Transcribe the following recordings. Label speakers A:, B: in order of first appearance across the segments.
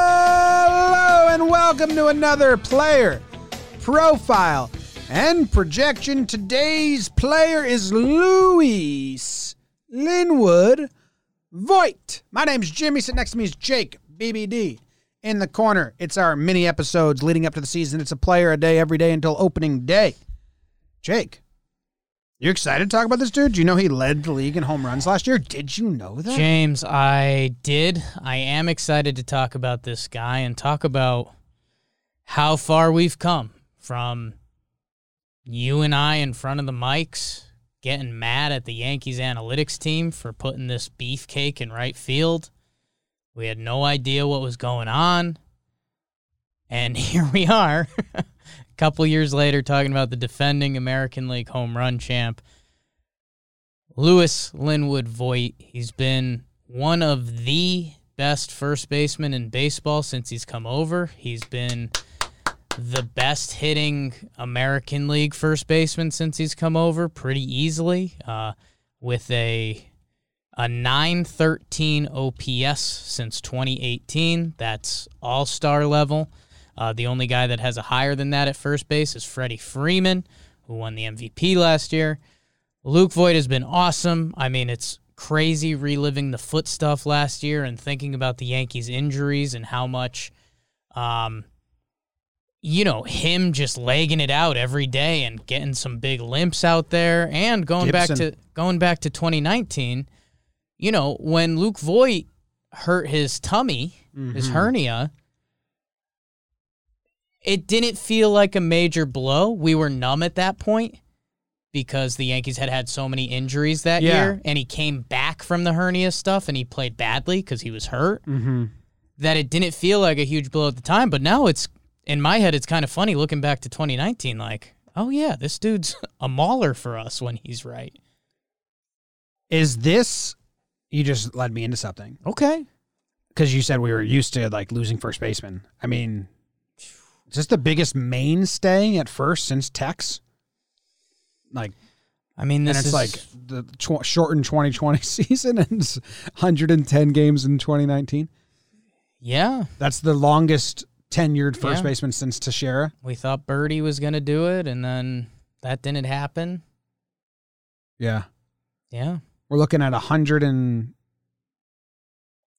A: Hello and welcome to another player profile and projection. Today's player is Luis Linwood Voigt. My name's Jimmy. Sitting next to me is Jake BBD. In the corner, it's our mini episodes leading up to the season. It's a player a day every day until opening day. Jake, you excited to talk about this dude? Do you know he led the league in home runs last year? Did you know that?
B: James, I did. I am excited to talk about this guy and talk about how far we've come from you and I in front of the mics getting mad at the Yankees analytics team for putting this beefcake in right field. We had no idea what was going on. And here we are, a couple years later, talking about the defending American League home run champ. Lewis Linwood Voigt. He's been one of the best first basemen in baseball since he's come over. He's been the best hitting American League first baseman since he's come over pretty easily uh, with a a 913 OPS since 2018. That's all star level. Uh, the only guy that has a higher than that at first base is Freddie Freeman, who won the MVP last year. Luke Voigt has been awesome. I mean, it's crazy reliving the foot stuff last year and thinking about the Yankees' injuries and how much, um, you know, him just legging it out every day and getting some big limps out there and going
A: Gibson.
B: back to going back to 2019. You know, when Luke Voigt hurt his tummy,
A: Mm-hmm.
B: his hernia, it didn't feel like a major blow. We were numb at that point because the Yankees had had so many injuries that
A: Yeah.
B: year, and he came back from the hernia stuff and he played badly because he was hurt.
A: Mm-hmm.
B: That it didn't feel like a huge blow at the time, but now it's in my head. It's kind of funny looking back to 2019, like, oh yeah, this dude's a mauler for us when he's right.
A: Is this? You just led me into something
B: Okay,
A: because you said we were used to like losing first baseman. I mean, is this the biggest mainstay at first since Tex? Like,
B: I mean, this
A: and it's
B: is
A: like the tw- shortened 2020 season and it's 110 games in 2019.
B: yeah.
A: That's the longest tenured first
B: Yeah.
A: baseman since Teixeira.
B: We thought Birdie was gonna do it, and then that didn't happen.
A: Yeah,
B: Yeah,
A: we're looking at 100 and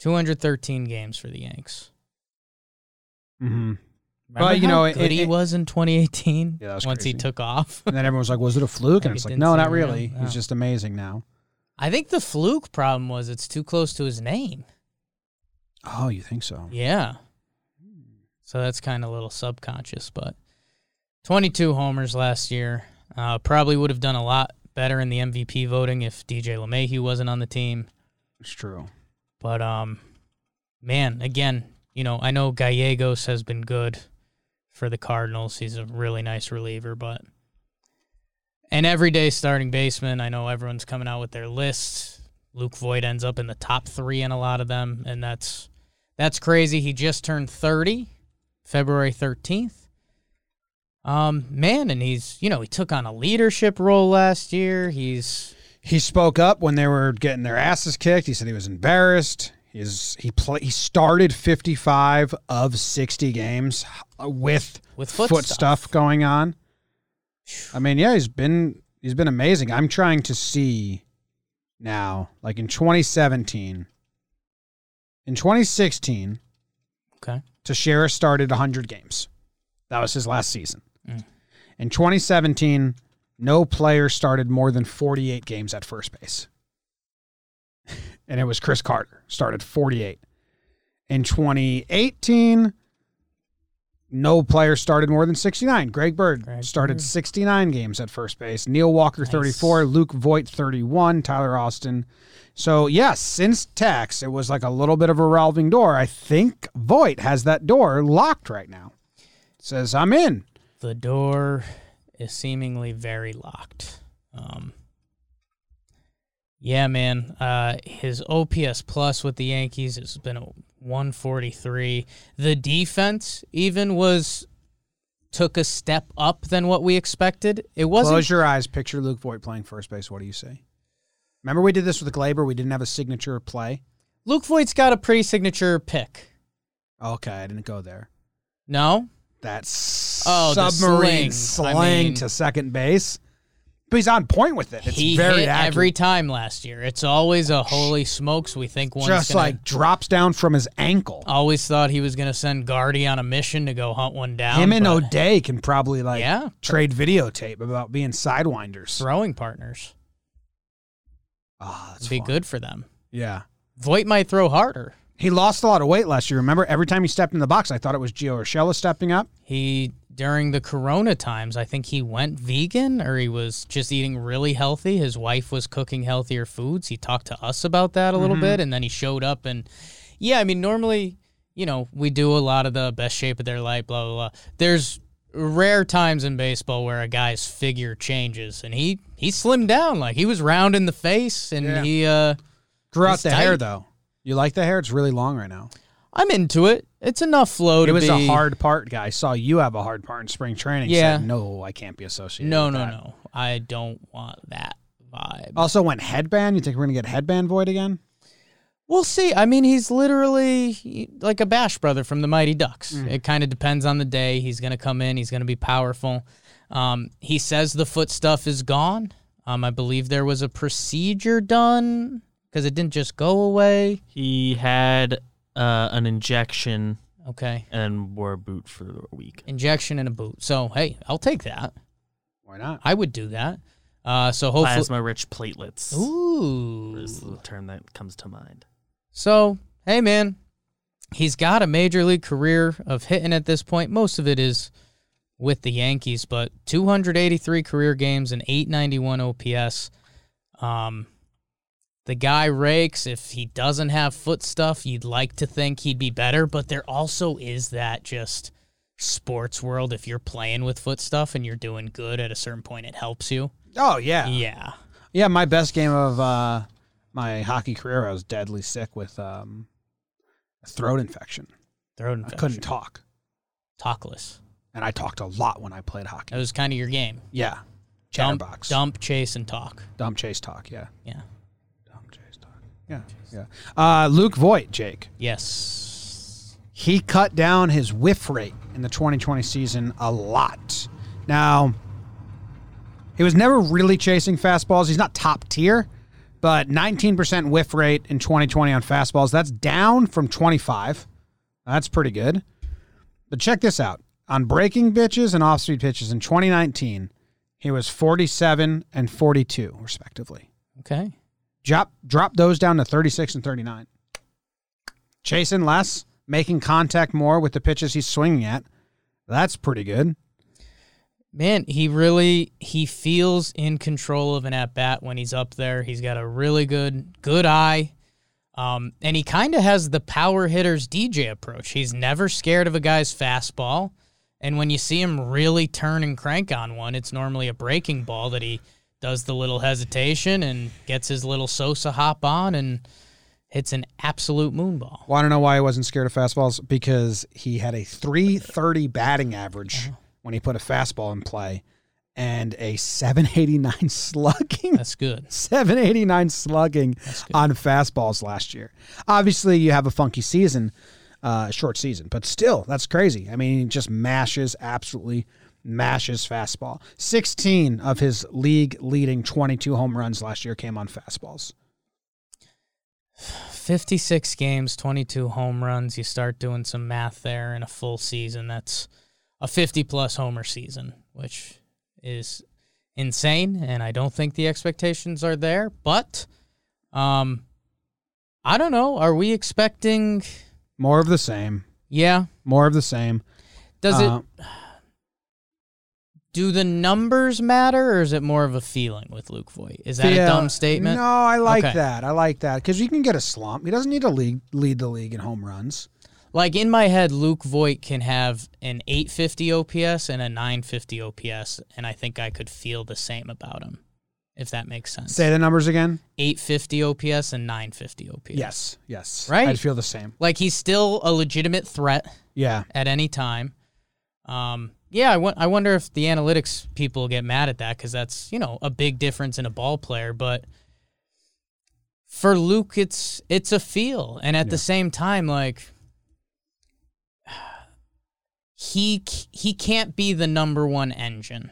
B: 213 games for the Yanks.
A: mhm. Well,
B: Remember
A: you know,
B: how
A: it-
B: good
A: it-
B: he
A: it-
B: was in 2018.
A: Yeah, that was
B: once he
A: crazy.
B: took off.
A: and then everyone's like, "Was it a fluke?" And
B: Like, it
A: it's like,
B: didn't
A: "No, not
B: seem real.
A: really.
B: No.
A: He's just amazing now."
B: I think the fluke problem was it's too close to his name.
A: Oh, you think so?
B: Yeah. So that's kind of a little subconscious, but 22 homers last year. Uh, probably would have done a lot better in the MVP voting if DJ LeMahieu wasn't on the team.
A: It's true.
B: But um, man, again, you know, I know Gallegos has been good for the Cardinals. He's a really nice reliever, but an everyday starting baseman. I know everyone's coming out with their lists. Luke Voigt ends up in the top three in a lot of them, and that's that's crazy. He just turned thirty, February thirteenth. Um, man, and he's you know he took on a leadership role last year. He's
A: He spoke up when they were getting their asses kicked. He said he was embarrassed. He's he play, he started 55 of 60 games with
B: With foot
A: stuff. going on. I mean, yeah, he's been he's been amazing. I'm trying to see now like in 2017 in 2016
B: okay.
A: Teixeira started 100 games. That was his last season.
B: Mm.
A: In 2017, no player started more than 48 games at first base. and it was Chris Carter, started 48. In 2018, no player started more than 69. Greg Bird
B: Greg
A: started
B: Bird.
A: 69 games at first base. Neil Walker,
B: Nice.
A: 34. Luke Voigt, 31. Tyler Austin, so yes, since tax, it was like a little bit of a revolving door. I think Voight has that door locked right now. It says I'm in.
B: the door is seemingly very locked. Um, yeah, man. Uh, his OPS plus with the Yankees has been a 143. The defense even was took a step up than what we expected. It wasn't
A: Close your eyes. Picture Luke Voight playing first base. What do you say? Remember we did this with Glaber. We didn't have a signature play.
B: Luke Voigt's got a pretty signature pick.
A: Okay, I didn't go there.
B: No?
A: That
B: Oh, the
A: submarine
B: sling.
A: slang
B: I mean-
A: to second base. But he's on point with it. It's
B: he
A: very
B: hit
A: accurate.
B: every time last year. It's always a holy smokes. We think one's
A: Just
B: gonna,
A: like drops down from his ankle.
B: always thought he was going to send Guardy on a mission to go hunt one down.
A: Him and
B: Oh, but
A: O'Day can probably like
B: Yeah.
A: trade videotape about being sidewinders.
B: throwing partners
A: Ah, that's
B: would be
A: fun.
B: good for them.
A: Yeah.
B: Voight might throw harder.
A: He lost a lot of weight last year. Remember, every time he stepped in the box, I thought it was Gio Urshela stepping up.
B: He during the Corona times, I think he went vegan or he was just eating really healthy. His wife was cooking healthier foods. He talked to us about that a little
A: Mm-hmm.
B: bit, and then he showed up and yeah, I mean normally you know we do a lot of the best shape of their life, blah blah blah. There's rare times in baseball where a guy's figure changes, and he he slimmed down like he was round in the face, and
A: Yeah.
B: he uh
A: Grew out
B: It's
A: the hair
B: tight.
A: though. You like the hair? It's really long right now.
B: I'm into it. It's enough flow to
A: It was
B: be
A: a hard part guy. Saw you have a hard part in spring training.
B: Yeah.
A: Said, no, I can't be associated.
B: No,
A: with
B: no,
A: that."
B: no. I don't want that vibe.
A: Also went headband. You think we're gonna get headband void again?
B: We'll see. I mean, he's literally like a Bash brother from the Mighty Ducks. It kind of depends on the day. He's going to come in, he's going to be powerful. Um, he says the foot stuff is gone. Um, I believe there was a procedure done because it didn't just go away.
C: He had uh, an injection
B: Okay.
C: and wore a boot for a week.
B: Injection and a boot. So, hey, I'll take that.
A: Why not?
B: I would do that. Uh, so, hopefully.
C: Plasma rich platelets is
B: Ooh.
C: the term that comes to mind.
B: So, hey, man, he's got a major league career of hitting at this point. Most of it is with the Yankees, but 283 career games and 891 OPS. Um, the guy rakes. If he doesn't have foot stuff, you'd like to think he'd be better, but there also is that just sports world. If you're playing with foot stuff and you're doing good at a certain point, it helps you.
A: Oh yeah. yeah,
B: Yeah.
A: My best game of uh, my hockey career, I was deadly sick with um, a throat infection.
B: Throat
A: I
B: infection.
A: couldn't talk,
B: Talkless.
A: and I talked a lot when I played hockey.
B: That was kind of your game.
A: Yeah,
B: Dump,
A: chatterbox, dump,
B: dump, chase, and talk.
A: chase talk. Yeah,
B: Yeah.
A: dump chase talk. Yeah, yeah. Uh, Luke Voigt, Jake.
B: Yes.
A: he cut down his whiff rate in the 2020 season a lot. Now, he was never really chasing fastballs. He's not top tier, but 19% whiff rate in 2020 on fastballs. That's down from 25. That's pretty good. But check this out. On breaking pitches and off-speed pitches in 2019, he was 47 and 42 respectively
B: Okay.
A: drop drop those down to 36 and 39 chasing less making contact more with the pitches he's swinging at that's pretty good
B: Man, he really he feels in control of an at bat when he's up there. He's got a really good good eye. Um, and he kind of has the power hitter's DJ approach. He's never scared of a guy's fastball. And when you see him really turn and crank on one, it's normally a breaking ball that he does the little hesitation and gets his little Sosa hop on and hits an absolute moonball.
A: well i don't know why he wasn't scared of fastballs because he had a 330 batting average when he put a fastball in play and a 789 slugging
B: That's good.
A: 789 slugging on fastballs last year. Obviously, you have a funky season, uh, short season, but still, that's crazy. I mean, he just mashes, absolutely mashes fastball. 16 of his league leading 22 home runs last year came on fastballs.
B: 56 games, 22 home runs. You start doing some math there in a full season. That's a 50 plus homer season, which is insane. And I don't think the expectations are there. But um, I don't know. Are we expecting.
A: More of the same.
B: Yeah.
A: More of the same.
B: Does
A: Uh,
B: it. Do the numbers matter or is it more of a feeling with Luke Voigt? Is that
A: Yeah.
B: a dumb statement?
A: No, I like
B: Okay.
A: that. I like that because you can get a slump. He doesn't need to lead, lead the league in home runs.
B: Like in my head, Luke Voigt can have an 850 OPS and a 950 OPS, and I think I could feel the same about him, if that makes sense.
A: Say the numbers again.
B: 850 OPS and 950 OPS.
A: Yes, yes.
B: Right.
A: I'd feel the same.
B: Like he's still a legitimate threat
A: Yeah.
B: at any time. Um, yeah, I won- I wonder if the analytics people get mad at that because that's you know a big difference in a ball player, but for Luke, it's it's a feel, and at the same time, like he c- he can't be the number one engine.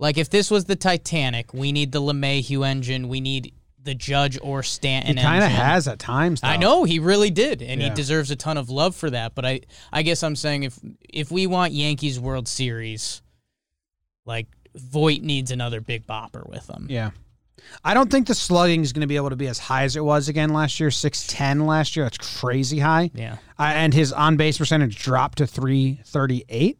B: Like if this was the Titanic, we need the LeMahieu engine. We need the Judge or
A: He
B: Stanton.
A: kind of
B: engine.
A: has at times. Though.
B: I know he really did, and
A: Yeah.
B: he deserves a ton of love for that. But I, I guess I'm saying if if we want Yankees World Series, like Voight needs another big bopper with him.
A: Yeah. I don't think the slugging is going to be able to be as high as it was again last year. Six ten last year. That's crazy high.
B: Yeah.
A: I, and his on base percentage dropped to three thirty eight.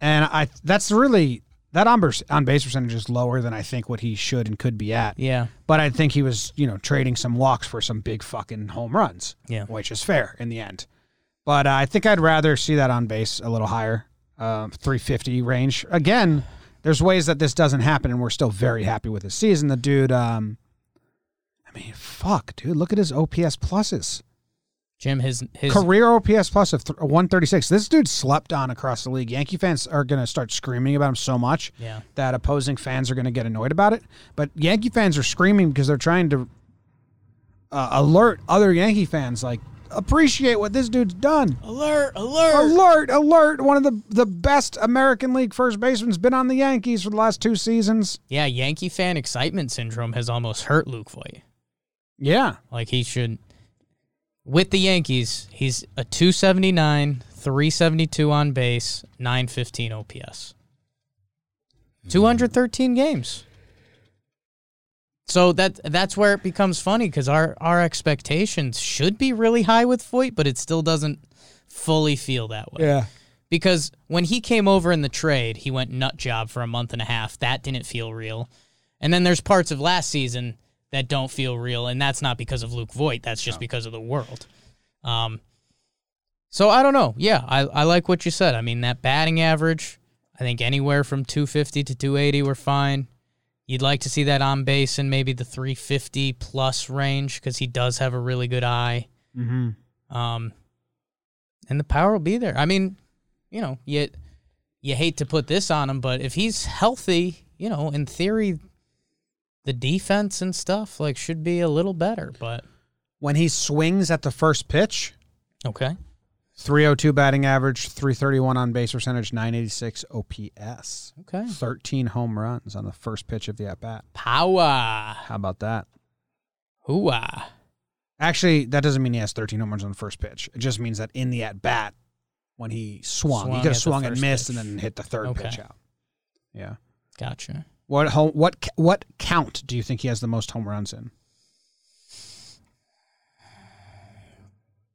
A: And I that's really that on base on base percentage is lower than I think what he should and could be at.
B: yeah,
A: But I think he was you know trading some walks for some big fucking home runs.
B: Yeah.
A: which is fair in the end. But uh, I think I'd rather see that on base a little higher, uh, 350 range. Again, there's ways that this doesn't happen, and we're still very happy with his season. The dude, um, I mean, fuck, dude, look at his OPS pluses.
B: Jim, his his
A: Career OPS plus of th- 136. This dude slept on across the league. Yankee fans are going to start screaming about him so much
B: yeah
A: that opposing fans are going to get annoyed about it. But Yankee fans are screaming because they're trying to uh, alert other Yankee fans, like, appreciate what this dude's done.
B: alert alert.
A: Alert, alert. One of the, the best American League first baseman's been on the Yankees for the last two seasons.
B: Yeah, Yankee fan excitement syndrome has almost hurt Luke Voight.
A: Yeah.
B: Like he should. With the Yankees, he's a 279, 372 on base, 915 OPS. 213 games. So that that's where it becomes funny because our, our expectations should be really high with Foyt, but it still doesn't fully feel that way.
A: Yeah.
B: Because when he came over in the trade, he went nut job for a month and a half. That didn't feel real. And then there's parts of last season that don't feel real, and that's not because of Luke Voigt. That's just because of the world. Um, so I don't know. Yeah, I, I like what you said. I mean, that batting average, I think anywhere from 250 to 280, we're fine. You'd like to see that on base in maybe the 350 plus range because he does have a really good eye.
A: Mm-hmm.
B: Um, and the power will be there. I mean, you know, you you hate to put this on him, but if he's healthy, you know, in theory, the defense and stuff like should be a little better. But
A: When he swings at the first pitch,
B: okay,
A: 302 batting average, 331 on base percentage, 986 OPS,
B: okay,
A: 13 home runs on the first pitch of the at bat.
B: power,
A: How about that?
B: hooah,
A: Actually, that doesn't mean he has 13 home runs on the first pitch. It just means that in the at bat, when he swung, he
B: Swung
A: could
B: at
A: have
B: the
A: swung and
B: first
A: missed,
B: pitch.
A: and then hit the third
B: Okay.
A: pitch out. Yeah.
B: gotcha.
A: What ho- what ca- what count do you think he has the most home runs in?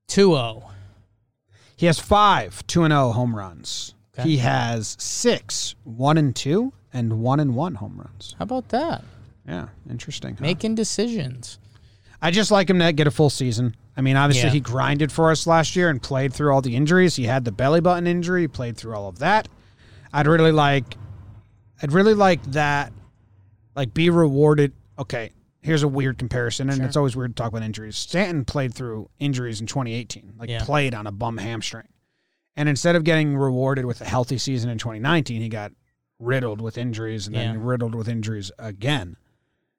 B: 2 0.
A: He has five two and zero home runs.
B: Okay.
A: He has six one and two and one and one home runs.
B: How about that?
A: Yeah, interesting. huh?
B: Making decisions.
A: I just like him to get a full season. I mean, obviously
B: Yeah.
A: he grinded for us last year and played through all the injuries. He had the belly button injury, he played through all of that. I'd really like I'd really like that like be rewarded. Okay, here's a weird comparison and it's always weird to talk about injuries. Stanton played through injuries in 2018, like
B: Yeah.
A: played on a bum hamstring. And instead of getting rewarded with a healthy season in 2019, he got riddled with injuries and then
B: Yeah.
A: riddled with injuries again.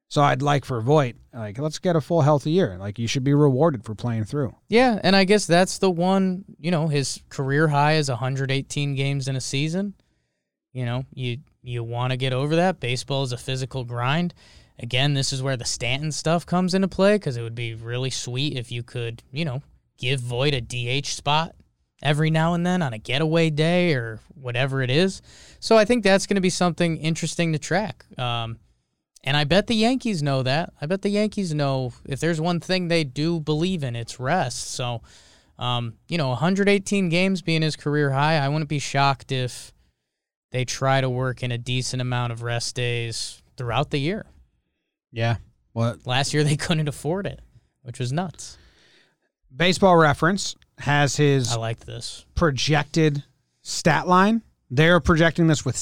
A: So I'd like for Voight, like, let's get a full healthy year. Like, you should be rewarded for playing through.
B: Yeah, and I guess that's the one, you know, his career high is 118 games in a season. You know, you you want to get over that. Baseball is a physical grind. Again, this is where the Stanton stuff comes into play cuz it would be really sweet if you could, you know, give Void a DH spot every now and then on a getaway day or whatever it is. So I think that's going to be something interesting to track. Um and I bet the Yankees know that. I bet the Yankees know if there's one thing they do believe in, it's rest. So, um, you know, 118 games being his career high, I wouldn't be shocked if they try to work in a decent amount of rest days throughout the year.
A: Yeah. Well,
B: Last year they couldn't afford it, which was nuts.
A: baseball reference has his
B: I like this.
A: projected stat line. They're projecting this with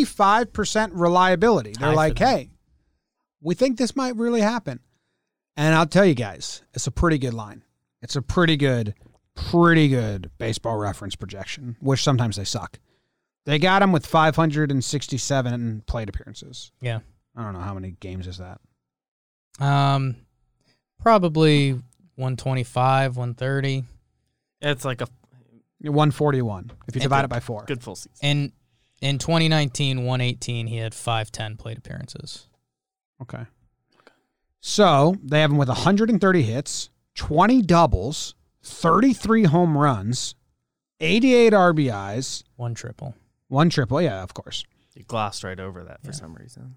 A: 75% reliability. They're
B: High for
A: like,
B: them.
A: hey, we think this might really happen. And I'll tell you guys, it's a pretty good line. It's a pretty good, pretty good baseball reference projection, which sometimes they suck. They got him with 567 plate appearances.
B: Yeah.
A: I don't know how many games is that.
B: Um, probably 125, 130.
C: It's like a
A: 141 if you
B: And
A: divide it by four.
C: good full season.
B: And in 2019, 118, he had 510 plate appearances.
A: Okay. So they have him with 130 hits, 20 doubles, 33 home runs, 88 RBIs,
B: One triple.
A: one triple. Yeah, of course.
C: You glossed right over that for
B: Yeah.
C: some reason.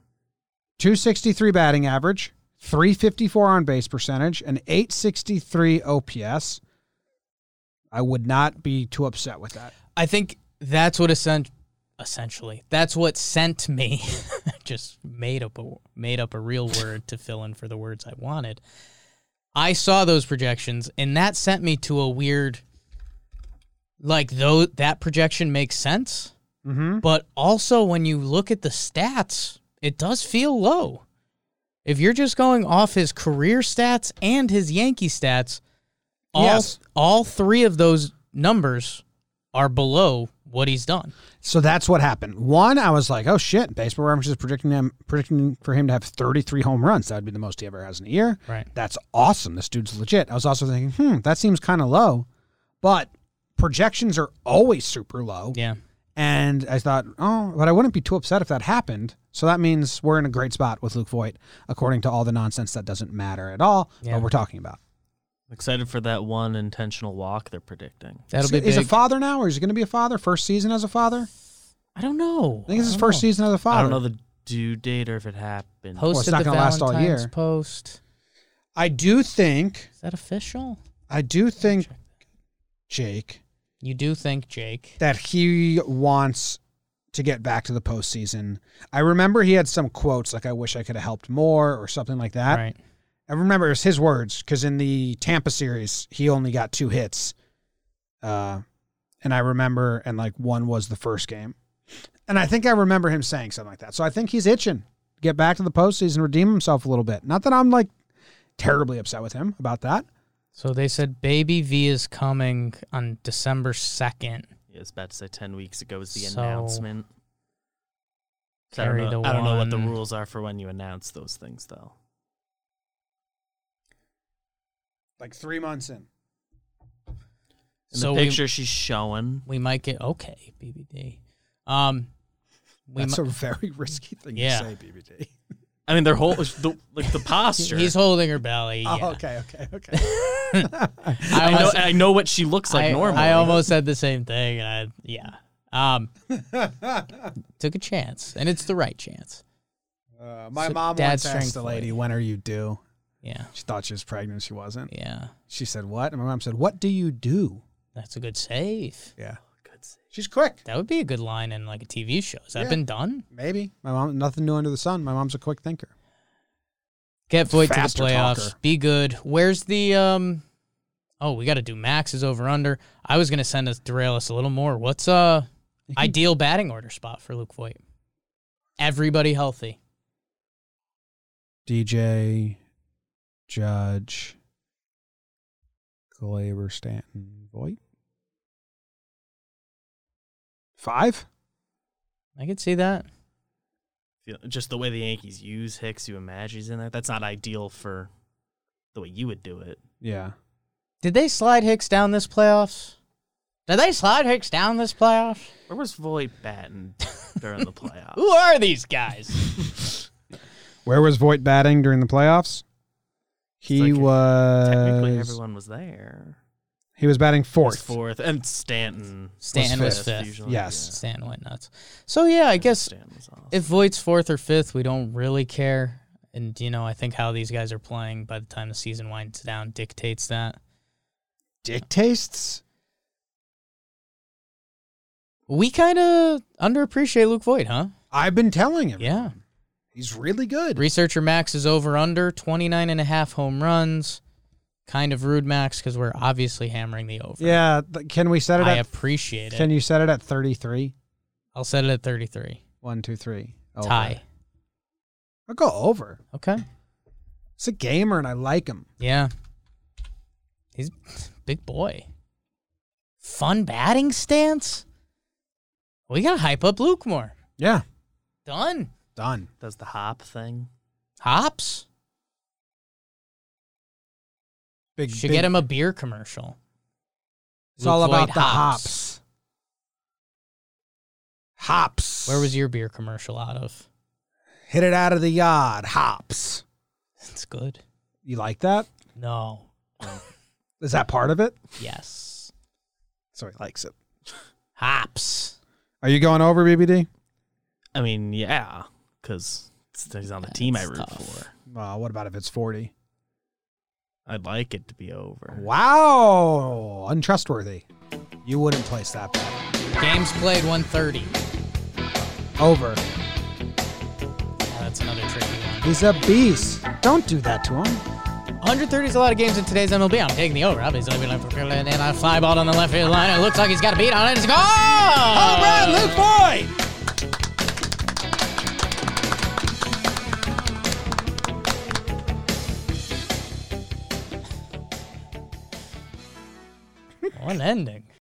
A: 263 batting average, 354 on base percentage, and 863 OPS. I would not be too upset with that.
B: I think that's what essen- essentially that's what sent me. just made up a made up a real word to fill in for the words I wanted. I saw those projections, and that sent me to a weird, like though that projection makes sense,
A: Mm-hmm.
B: but also when you look at the stats, it does feel low. If you're just going off his career stats and his Yankee stats, all
A: Yes.
B: all three of those numbers are below what he's done.
A: So that's what happened. One, I was like, "Oh shit!" Baseball Reference is predicting him, predicting for him to have 33 home runs. That would be the most he ever has in a year.
B: Right.
A: That's awesome. This dude's legit. I was also thinking, "Hmm, that seems kind of low," but projections are always super low.
B: Yeah.
A: And I thought, "Oh," but I wouldn't be too upset if that happened. So that means we're in a great spot with Luke Voigt, according to all the nonsense that doesn't matter at all.
B: Yeah.
A: What we're talking about.
C: I'm excited for that one intentional walk they're predicting.
B: That'll be
A: He's
B: big.
A: a father now, or is he going to be a father? First season as a father.
B: I don't know.
A: I think it's his
B: Oh.
A: first season as a father.
C: I don't know the due date or if it happened.
B: Posted
A: not
B: the
A: gonna last all
B: Valentine's
A: year.
B: post.
A: I do think.
B: Is that official?
A: I do think, Jake,
B: You do think Jake.
A: that he wants to get back to the postseason. I remember he had some quotes like, I wish I could have helped more or something like that.
B: right.
A: I remember it was his words because in the Tampa series, he only got two hits. Uh, and I remember, and like one was the first game. And I think I remember him saying something like that. So I think he's itching to get back to the postseason, redeem himself a little bit. Not that I'm like terribly upset with him about that.
B: So they said Baby V is coming on December 2nd.
C: Yeah, I was about to say ten weeks ago was the
B: So,
C: announcement. 'Cause I don't,
B: carry
C: know,
B: the
C: I don't know what the
B: one.
C: rules are for when you announce those things though.
A: Like three months in.
C: In
B: So
C: the
B: we-
C: picture she's showing.
B: We might get okay, BBD. Um we
A: That's
B: mi-
A: a very risky thing
B: Yeah.
A: to say, BBD.
C: I mean, their whole the, like the posture.
B: he's holding her belly. Yeah.
A: Oh, okay, okay, okay.
B: I,
C: I know,
B: almost,
C: I know what she looks like
B: I-
C: normally.
B: I almost said the same thing. And I, yeah. Um took a chance and it's the right chance.
A: Uh, my
B: So
A: mom
B: dad's
A: once asked
B: strength
A: the lady,
B: lady.
A: "When are you due?"
B: Yeah.
A: She thought she was pregnant. She wasn't.
B: Yeah.
A: She said, "What?" And my mom said, "What do you do?"
B: That's a good save.
A: Yeah,
C: Good save.
A: she's quick.
B: That would be a good line in like a TV show. Has that
A: Yeah.
B: been done?
A: Maybe my mom. Nothing new under the sun. My mom's a quick thinker.
B: Get Voight to the
A: Faster
B: playoffs.
A: talker.
B: Be good. Where's the um? Oh, we got to do Max's over under. I was gonna send us derail us a little more. What's uh ideal batting order spot for Luke Voigt? Everybody healthy.
A: DJ, Judge, Glaber, Stanton, Voight. Five.
B: I could see that.
C: You know, just the way the Yankees use Hicks, you imagine he's in there. That's not ideal for the way you would do it.
A: Yeah.
B: Did they slide Hicks down this playoffs? Did they slide Hicks down this playoffs?
C: Where was Voight batting during the playoffs?
B: Who are these guys?
A: Where was Voight batting during the playoffs? He
C: like,
A: was
C: Technically, everyone was there.
A: He was batting
C: It was
A: fourth.
C: fourth, and Stanton.
B: Stanton was fifth.
C: usually,
A: Yes.
C: yeah.
B: Stan went nuts. So yeah, I guess
C: Stanton was off.
B: if Voight's fourth or fifth, we don't really care. And you know, I think how these guys are playing by the time the season winds down dictates that.
A: Dick tastes.
B: We kind of underappreciate Luke Voigt, huh?
A: I've been telling him.
B: Yeah.
A: He's really good.
B: Researcher Max is over under 29 and a half home runs. Kind of rude, Max, because we're obviously hammering the over.
A: yeah. th- can we set it
B: I
A: at?
B: appreciate it.
A: Can you set it at 33?
B: I'll set it at 33.
A: One, two, three. Over.
B: Tie.
A: I'll go over.
B: Okay.
A: It's a gamer and I like him.
B: Yeah. He's a big boy. Fun batting stance? We got to hype up Luke more.
A: Yeah.
B: Done.
A: Done.
C: does the hop thing.
B: Hops?
A: Big,
B: Should
A: big-
B: get him a beer commercial.
A: It's all
B: Luke Lloyd
A: about the hops. Hops.
B: Where was your beer commercial out of?
A: hit it out of the yard? Hops.
B: That's good.
A: You like that?
B: No.
A: Oh. Is that part of it?
B: Yes.
A: So he likes it.
B: Hops.
A: Are you going over BBD?
C: I mean, yeah, because he's on the team I
B: That's
C: root
B: tough.
C: for.
A: Well, what about if it's forty?
C: I'd like it to be over.
A: Wow, untrustworthy. You wouldn't place that bet.
B: Games played 130.
A: Over.
B: Yeah, that's another tricky one.
A: He's a beast. Don't do that to him.
B: 130 is a lot of games in today's MLB. I'm taking the over. Obviously, we left and a fly ball on the left field line. It looks like he's got a beat on it. It's a goal! Home
A: Boyd.
B: One ending.